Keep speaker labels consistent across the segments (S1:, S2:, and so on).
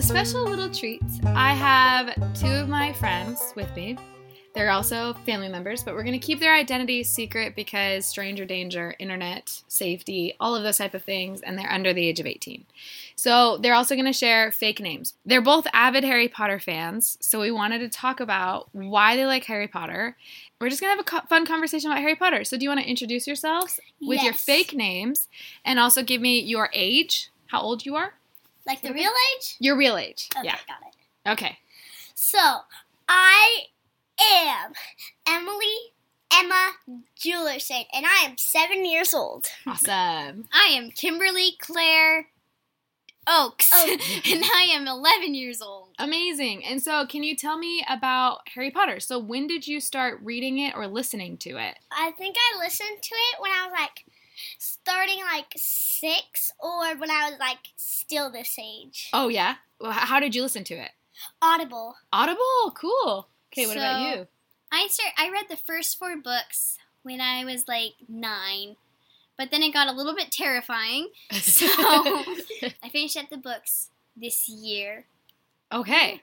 S1: special little treat. I have two of my friends with me. They're also family members, but we're going to keep their identity secret because stranger danger, internet safety, all of those type of things, and they're under the age of 18. So they're also going to share fake names. They're both avid Harry Potter fans, so we wanted to talk about why they like Harry Potter. We're just going to have a co- fun conversation about Harry Potter. So do you want to introduce yourselves with your
S2: Yes.
S1: fake names and also give me your age, how old you are?
S2: Like the real age?
S1: Your real age.
S2: Okay,
S1: Yeah.
S2: got it.
S1: Okay.
S2: So, I am Emily Emma Jewelerson, and I am seven years old.
S1: Awesome.
S3: I am Kimberly Claire Oaks,
S2: Oaks.
S3: and I am 11 years old.
S1: Amazing. And so, can you tell me about Harry Potter? So, when did you start reading it or listening to it?
S2: I think I listened to it when I was like starting like six or when I was like still this age.
S1: Oh, yeah. Well, h- how did you listen to it?
S2: Audible.
S1: Audible. Cool. Okay, what about
S3: So-
S1: you?
S3: I start. I read the first four books when I was like nine, but then it got a little bit terrifying. So I finished up the books this year.
S1: okay.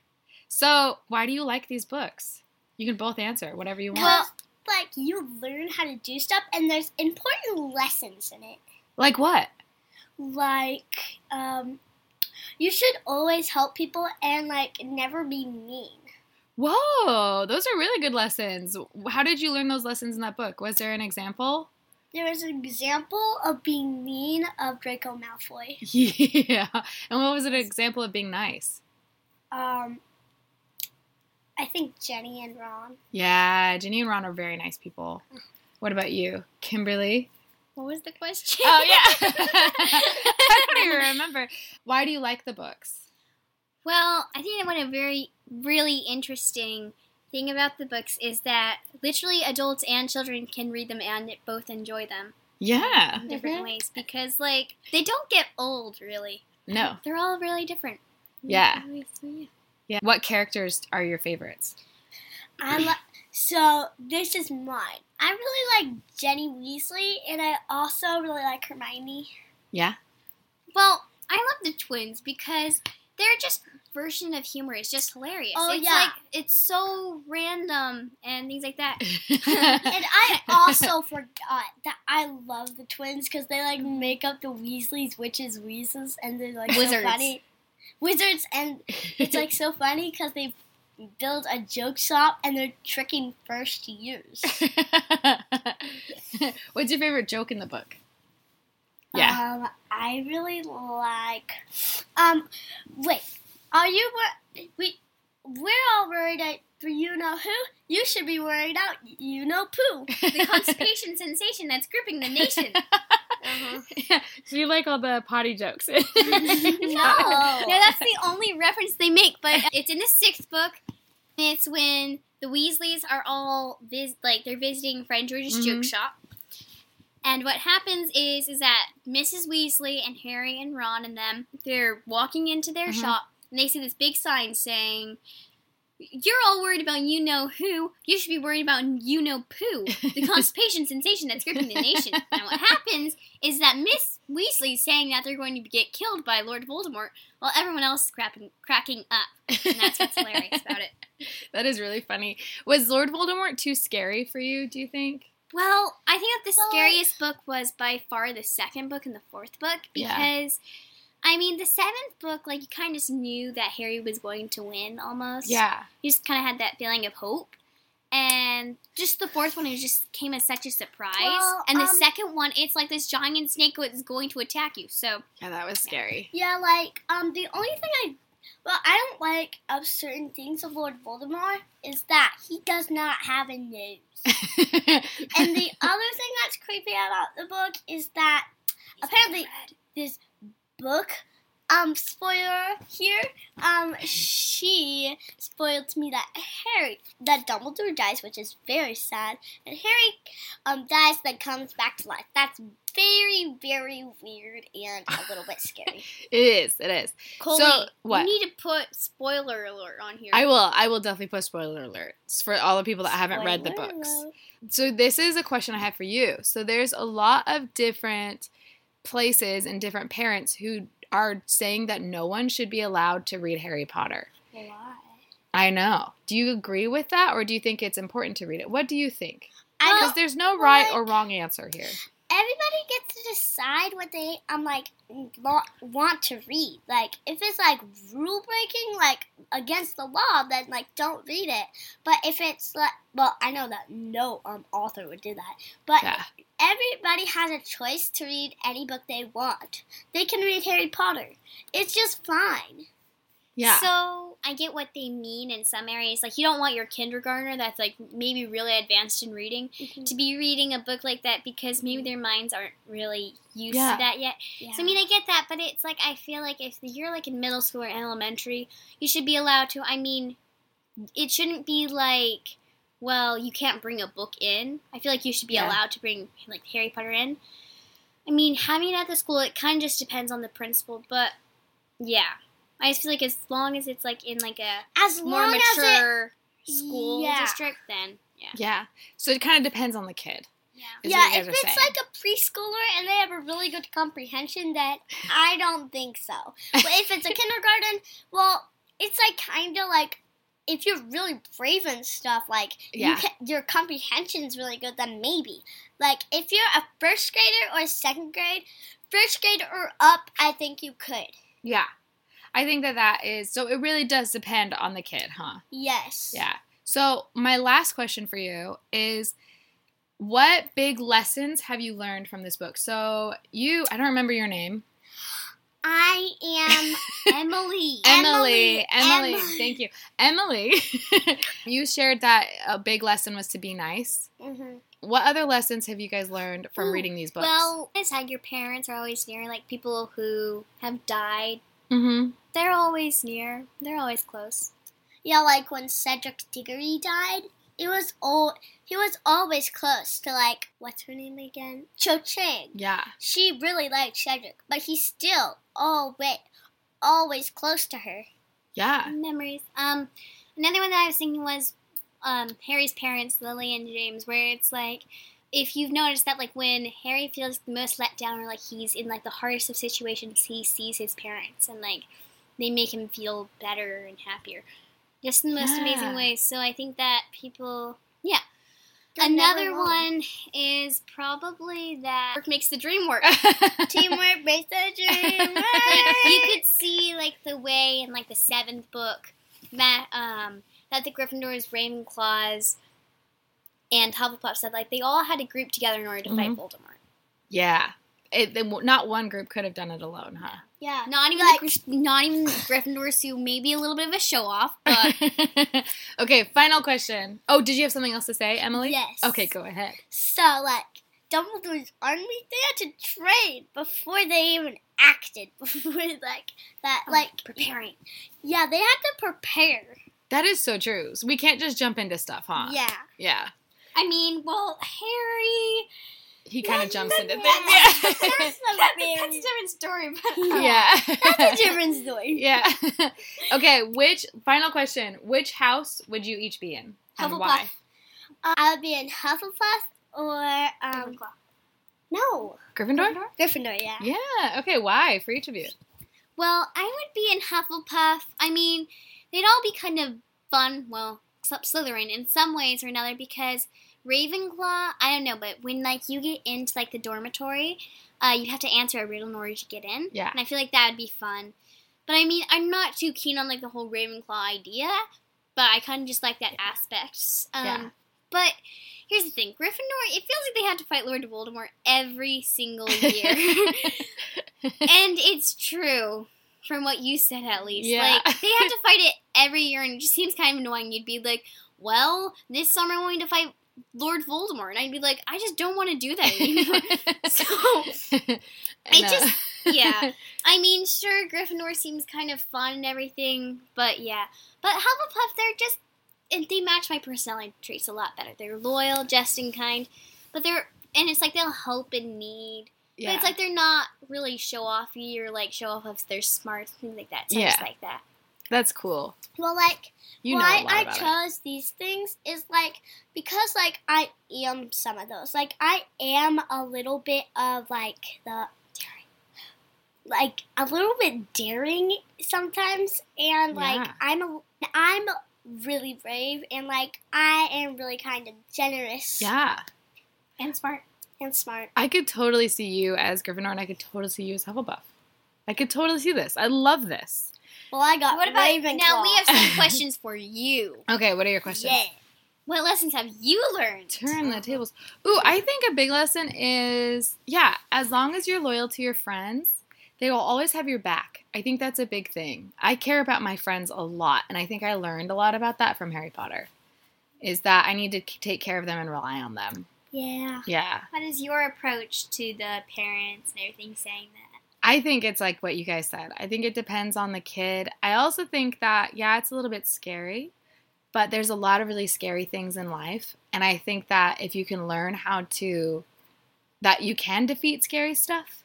S1: So, why do you like these books? You can both answer whatever you want.
S2: Well, like you learn how to do stuff, and there's important lessons in it.
S1: like what?
S2: Like, um, you should always help people and like never be mean.
S1: Whoa, those are really good lessons. How did you learn those lessons in that book? Was there an example?
S2: There was an example of being mean of Draco Malfoy.
S1: Yeah. And what was an example of being nice?
S2: Um, I think Jenny and Ron.
S1: Yeah, Jenny and Ron are very nice people. What about you, Kimberly?
S3: What was the question?
S1: Oh yeah, I don't even remember. Why do you like the books?
S3: Well, I think that one a very really interesting thing about the books is that literally adults and children can read them and both enjoy them
S1: Yeah,
S3: in different
S2: Mhm.
S3: ways because like they don't get old really.
S2: Oh.
S1: no,
S3: They're all really different.
S1: Yeah.
S3: yeah.
S1: yeah. What characters are your favorites?
S2: I li- so this is mine. I really like Jenny Weasley, and I also really like Hermione.
S1: Yeah,
S3: Well, I love the twins because their just version of humor is just hilarious.
S2: Oh,
S3: it's
S2: yeah.
S3: like it's so random and things like that.
S2: And I also forgot that I love the twins because they like make up the Weasleys, witches, weasels, and they're like
S3: Wizards.
S2: so funny. Wizards, and it's like so funny because they build a joke shop and they're tricking first years.
S1: What's your favorite joke in the book? Yeah.
S2: Um, I really like. Um, wait. Are you wor- we? We're all worried at for you know who. You should be worried out you know poo.
S3: The constipation sensation that's gripping the nation.
S1: so you like all the potty jokes?
S3: No, that's the only reference they make, but it's in the sixth book. And it's when the Weasleys are all vis- like they're visiting friend George's
S1: Mhm.
S3: joke shop. And what happens is is that Mrs. Weasley and Harry and Ron and them they're walking into their
S1: Mhm.
S3: shop and they see this big sign saying you're all worried about you know who. You should be worried about you know poo, the constipation sensation that's gripping the nation. And what happens is that Miss Weasley saying that they're going to get killed by Lord Voldemort, while everyone else is crapping, cracking up. And that's what's hilarious about it.
S1: That is really funny. Was Lord Voldemort too scary for you, do you think?
S3: Well, I think that the
S2: Well, like-
S3: scariest book was by far the second book and the fourth book
S1: Yeah.
S3: because, I mean, the seventh book, like, you kind of just knew that Harry was going to win almost.
S1: Yeah.
S3: You just kind of had that feeling of hope. And just the fourth one, it just came as such a surprise.
S2: Well,
S3: and the
S2: um,
S3: second one, it's like this giant snake was going to attack you. So,
S1: Yeah, that was scary.
S2: Yeah, like um, the only thing I well I don't like of certain things of Lord Voldemort is that he does not have a nose. And the other thing that's creepy about the book is that apparently this book um spoiler here um she spoiled to me that Harry that Dumbledore dies, which is very sad, and Harry um dies then comes back to life. That's very very weird and a little bit scary.
S1: it is, it is.
S3: Colby,
S1: So, what?
S3: you need to put spoiler alert on here.
S1: I will I will definitely put spoiler alerts for all the people that haven't read the
S2: Spoiler
S1: books.
S2: alert.
S1: So this is a question I have for you. So there's a lot of different places and different parents who are saying that no one should be allowed to read Harry Potter.
S2: Why?
S1: I know. Do you agree with that or do you think it's important to read it? What do you think?
S2: I
S1: Because
S2: don't.
S1: there's no right
S2: Uh, like-
S1: or wrong answer here.
S2: Everybody gets to decide what they um like lo- want to read. Like if it's like rule breaking, like against the law, then like don't read it. But if it's like, well, I know that no um author would do that. But
S1: Yeah.
S2: everybody has a choice to read any book they want. They can read Harry Potter. It's just fine.
S1: Yeah.
S3: So I get what they mean in some areas. Like you don't want your kindergartner that's like maybe really advanced in reading to be reading a book like that because maybe their minds aren't really used
S1: Yeah.
S3: to that yet.
S2: Yeah.
S3: So I mean, I get that, but it's like I feel like if you're like in middle school or elementary, you should be allowed to. I mean, it shouldn't be like, well, you can't bring a book in. I feel like you should be
S1: Yeah.
S3: allowed to bring like Harry Potter in. I mean, having it at the school, it kind of just depends on the principal, but yeah, I just feel like as long as it's like in like a
S2: as
S3: more
S2: long as it,
S3: mature school
S2: Yeah.
S3: district, then yeah,
S1: yeah. So it kind of depends on the kid.
S3: yeah,
S1: is
S2: yeah,
S1: what you
S2: if
S1: guys are
S2: it's
S1: saying.
S2: like a preschooler and they have a really good comprehension, then I don't think so. But if it's a kindergarten, well, it's like kind of like if you're really brave and stuff, like
S1: Yeah.
S2: you can, your comprehension's really good, then maybe. Like if you're a first grader or a second grade, first grade or up, I think you could.
S1: Yeah. I think that that is so it really does depend on the kid, huh?
S2: Yes.
S1: Yeah. So, my last question for you is what big lessons have you learned from this book? So, you, I don't remember your name.
S2: I am
S3: Emily.
S1: Emily.
S2: Emily,
S1: Emily.
S2: Emily.
S1: Thank you. Emily, you shared that a big lesson was to be nice.
S2: Mhm.
S1: What other lessons have you guys learned from
S3: Ooh,
S1: reading these books?
S3: Well, it's like your parents are always near, like people who have died.
S1: hmm
S3: They're always near. They're always close.
S2: Yeah, like when Cedric Diggory died, it was all he was always close to like what's her name again? Cho Chang.
S1: yeah.
S2: She really liked Cedric, but he's still always always close to her.
S1: Yeah.
S3: Memories. Um, another one that I was thinking was um, Harry's parents, Lily and James, where it's like if you've noticed that like when Harry feels the most let down or like he's in like the hardest of situations, he sees his parents and like they make him feel better and happier. Just in the most
S1: Yeah.
S3: amazing ways. So I think that people
S2: They're
S3: Another
S2: never wrong.
S3: one is probably that work makes the dream work.
S2: Teamwork makes the dream. work.
S3: like you could see like the way in like the seventh book that um that the Gryffindors, Ravenclaws, and Hufflepuff said like they all had to group together in order to fight
S1: Mhm.
S3: Voldemort.
S1: yeah. It, they- not one group could have done it alone, huh?
S2: yeah.
S3: Not even
S2: Like-
S3: the, Gryff- not even the Gryffindors who may be a little bit of a show off, but
S1: okay, final question. Oh, did you have something else to say, Emily?
S2: Yes.
S1: Okay, go ahead.
S2: So like Dumbledore's army, they had to train before they even acted. Before like that,
S3: Oh,
S2: like
S3: preparing.
S2: yeah, they had to prepare.
S1: That is so true. So We can't just jump into stuff, huh?
S2: Yeah.
S1: Yeah.
S3: I mean, well, Harry.
S1: He kind of jumps into
S2: Yeah.
S1: things.
S2: That's the
S3: That's a
S2: very-
S3: different story, but
S1: Yeah.
S2: That's a different story.
S1: yeah. okay, which final question, which house would you each be in? And
S3: Hufflepuff.
S1: why?
S2: Uh, I would be in Hufflepuff or um
S3: Ravenclaw.
S2: no
S1: Gryffindor?
S2: Gryffindor. Yeah.
S1: Yeah. Okay, why? For each of you.
S3: Well, I would be in Hufflepuff. I mean, they'd all be kind of fun, well, except Slytherin in some ways or another because Ravenclaw, I don't know, but when like you get into like the dormitory, uh, you have to answer a riddle in order to get in.
S1: Yeah.
S3: And I feel like that would be fun. But I mean, I'm not too keen on like the whole Ravenclaw idea, but I kind of just like that aspect. Um,
S1: Yeah.
S3: But here's the thing Gryffindor, it feels like they have to fight Lord Voldemort every single year. and it's true from what you said at least
S1: Yeah.
S3: like they have to fight it every year and it just seems kind of annoying you'd be like well this summer we're going to fight lord voldemort and i'd be like i just don't want to do that anymore so
S1: I know.
S3: just- yeah i mean sure gryffindor seems kind of fun and everything but yeah but hufflepuff they're just and they match my personality traits a lot better they're loyal just and kind but they're and it's like they'll help in need
S1: yeah.
S3: but it's like they're not really show offy or like show off of their smarts, things like that. So I
S1: Yeah.
S3: just like that.
S1: That's cool.
S2: Well, like
S1: You know
S2: why
S1: a lot
S2: I
S1: about it.
S2: chose these things is like because like I am some of those. Like I am a little bit of like the like a little bit daring sometimes, and like
S1: Yeah.
S2: I'm a I'm really brave, and like I am really kind of generous
S1: Yeah.
S3: And smart.
S2: and smart.
S1: I could totally see you as Gryffindor, and I could totally see you as Hufflepuff. I could totally see this. I love this.
S2: Well, I got
S3: What about
S2: Ravenclaw.
S3: now? We have some questions for you.
S1: Okay, what are your questions?
S2: Yeah.
S3: What lessons have you learned?
S1: Turn the tables. Ooh, I think a big lesson is yeah, as long as you're loyal to your friends, they will always have your back. I think that's a big thing. I care about my friends a lot, and I think I learned a lot about that from Harry Potter. Is that I need to k- take care of them and rely on them.
S2: Yeah.
S1: Yeah.
S3: What is your approach to the parents and everything saying that?
S1: I think it's like what you guys said. I think it depends on the kid. I also think that, yeah, it's a little bit scary, but there's a lot of really scary things in life. And I think that if you can learn how to, that you can defeat scary stuff,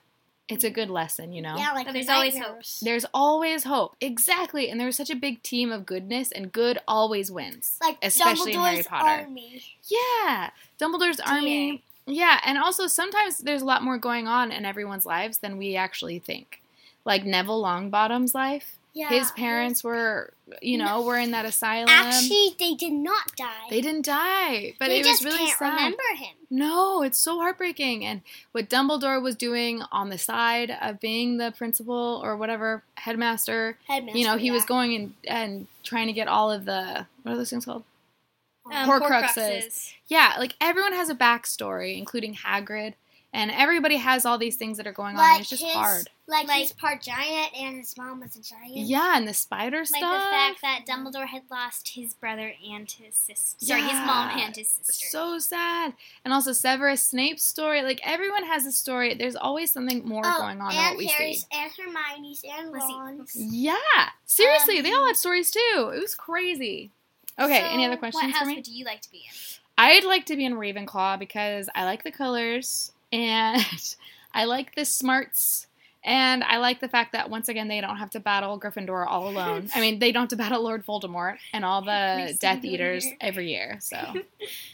S1: it's a good lesson, you know?
S2: Yeah, like
S3: But there's
S2: the
S3: always hope.
S2: nightmares.
S1: There's always hope. Exactly. And there's such a big team of goodness, and good always wins.
S2: Like
S1: especially in Harry
S2: Dumbledore's
S1: Potter.
S2: army.
S1: Yeah. Dumbledore's army. Yeah, and also sometimes there's a lot more going on in everyone's lives than we actually think. Like Neville Longbottom's life.
S2: Yeah.
S1: His parents um, were, you know, were in that asylum.
S2: Actually, they did not die.
S1: they didn't die, but
S2: we
S1: it
S2: just
S1: was really
S2: can't
S1: sad.
S2: remember him.
S1: No, it's so heartbreaking. And what Dumbledore was doing on the side of being the principal or whatever headmaster,
S2: Headmaster,
S1: you know, he was
S2: yeah.
S1: going and, and trying to get all of the what are those things called?
S2: Um,
S1: Horcruxes. Yeah, like everyone has a backstory, including Hagrid, and everybody has all these things that are going on. and It's just
S2: his,
S1: hard.
S2: Like,
S3: Like-
S2: he's part giant and his mom was a giant.
S1: Yeah, and the spider
S3: Like
S1: stuff.
S3: the fact that Dumbledore had lost his brother and his sister. Sorry, his mom
S1: Yeah.
S3: and his sister.
S1: so sad. And also Severus Snape's story. Like everyone has a story. There's always something more
S2: Oh,
S1: going on than
S2: and
S1: what we
S2: Harry's
S1: see.
S2: and Hermione's and
S3: Let's see.
S2: Ron's.
S1: Yeah, seriously, they all
S2: Um,
S1: had stories too. It was crazy. Okay,
S3: So
S1: any other questions
S3: What house
S1: for me?
S3: would you like to be in?
S1: I'd like to be in Ravenclaw because I like the colors and I like the smarts and I like the fact that once again they don't have to battle Gryffindor all alone. I mean, they don't have to battle Lord Voldemort and all the
S3: Every
S1: Death
S3: single
S1: Eaters
S3: year.
S1: every year. So,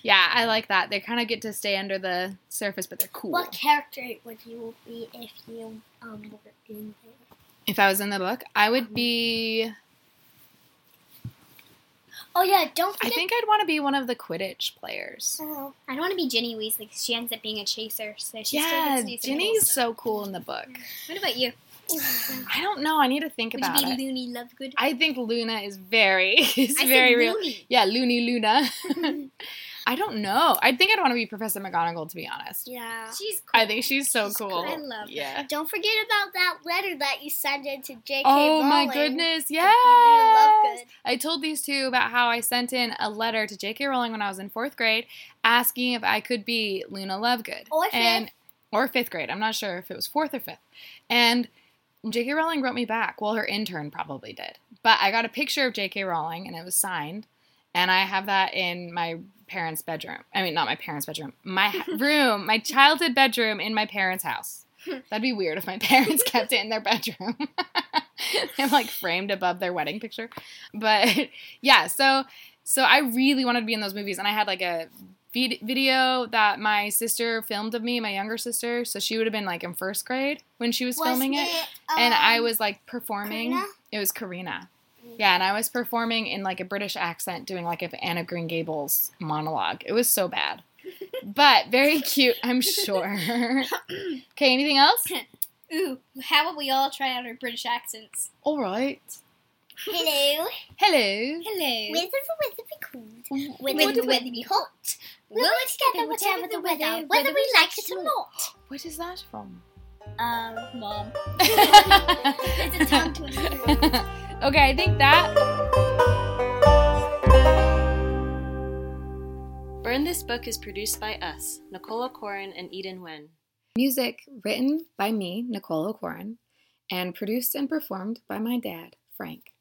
S1: yeah, I like that. They kind of get to stay under the surface, but they're cool.
S2: What character would you be if you um were in there?
S1: If I was in the book, I would be.
S2: Oh yeah, don't
S1: I
S2: forget.
S1: think I'd want to be one of the Quidditch players.
S2: Oh,
S3: I don't want to be Ginny Weasley because she ends up being a chaser, so she
S1: Yeah,
S3: still gets to do some cool
S1: Ginny's
S3: stuff.
S1: so cool in the book.
S3: What about you?
S1: I don't know. I need to think
S3: Would
S1: about
S3: you
S1: it.
S3: be Looney Lovegood?
S1: I think Luna is very is
S3: I
S1: very
S3: said
S1: real.
S3: Looney.
S1: Yeah, Loony Luna. I don't know. I think I'd want to be Professor McGonagall to be honest.
S2: yeah.
S3: She's cool.
S1: I think she's so
S2: She's
S1: cool.
S2: cool.
S3: I love her.
S1: Yeah.
S2: Don't forget about that letter that you sent in to J.K.
S1: Oh my
S2: Rowling.
S1: goodness!
S2: to
S1: Yes.
S2: Luna Lovegood.
S1: I told these two about how I sent in a letter to J.K. Rowling when I was in fourth grade, asking if I could be Luna Lovegood.
S2: Or fifth.
S1: And, or fifth grade. I'm not sure if it was fourth or fifth. And J.K. Rowling wrote me back. Well, her intern probably did. But I got a picture of J.K. Rowling and it was signed. And I have that in my parents' bedroom. I mean, not my parents' bedroom, my h- room, my childhood bedroom in my parents' house. That'd be weird if my parents kept it in their bedroom. and like framed above their wedding picture. But yeah, so so I really wanted to be in those movies and I had like a vid- video that my sister filmed of me, my younger sister, so she would have been like in first grade when she was,
S2: Was
S1: filming it.
S2: um,
S3: uh,
S1: and I was like performing.
S2: Karina?
S1: It was Karina. Yeah, and I was performing in like a British accent, doing like an Anna Green Gables monologue. It was so bad, but very cute, I'm sure. okay, anything else?
S3: Ooh, how about we all try out our British accents?
S1: All right.
S2: Hello,
S1: Hello.
S3: Hello.
S2: weather the weather be cool,
S3: With
S2: weather the weather be hot. We'll work together, whatever the weather, whether we like it or not.
S1: What is that from?
S2: Um,
S3: mom.
S2: it's a tongue twister.
S1: okay, I think that.
S4: Burn This Book is produced by us, Nicola Corin and Eden Wen.
S1: Music written by me, Nicole O'Corin, and produced and performed by my dad, Frank.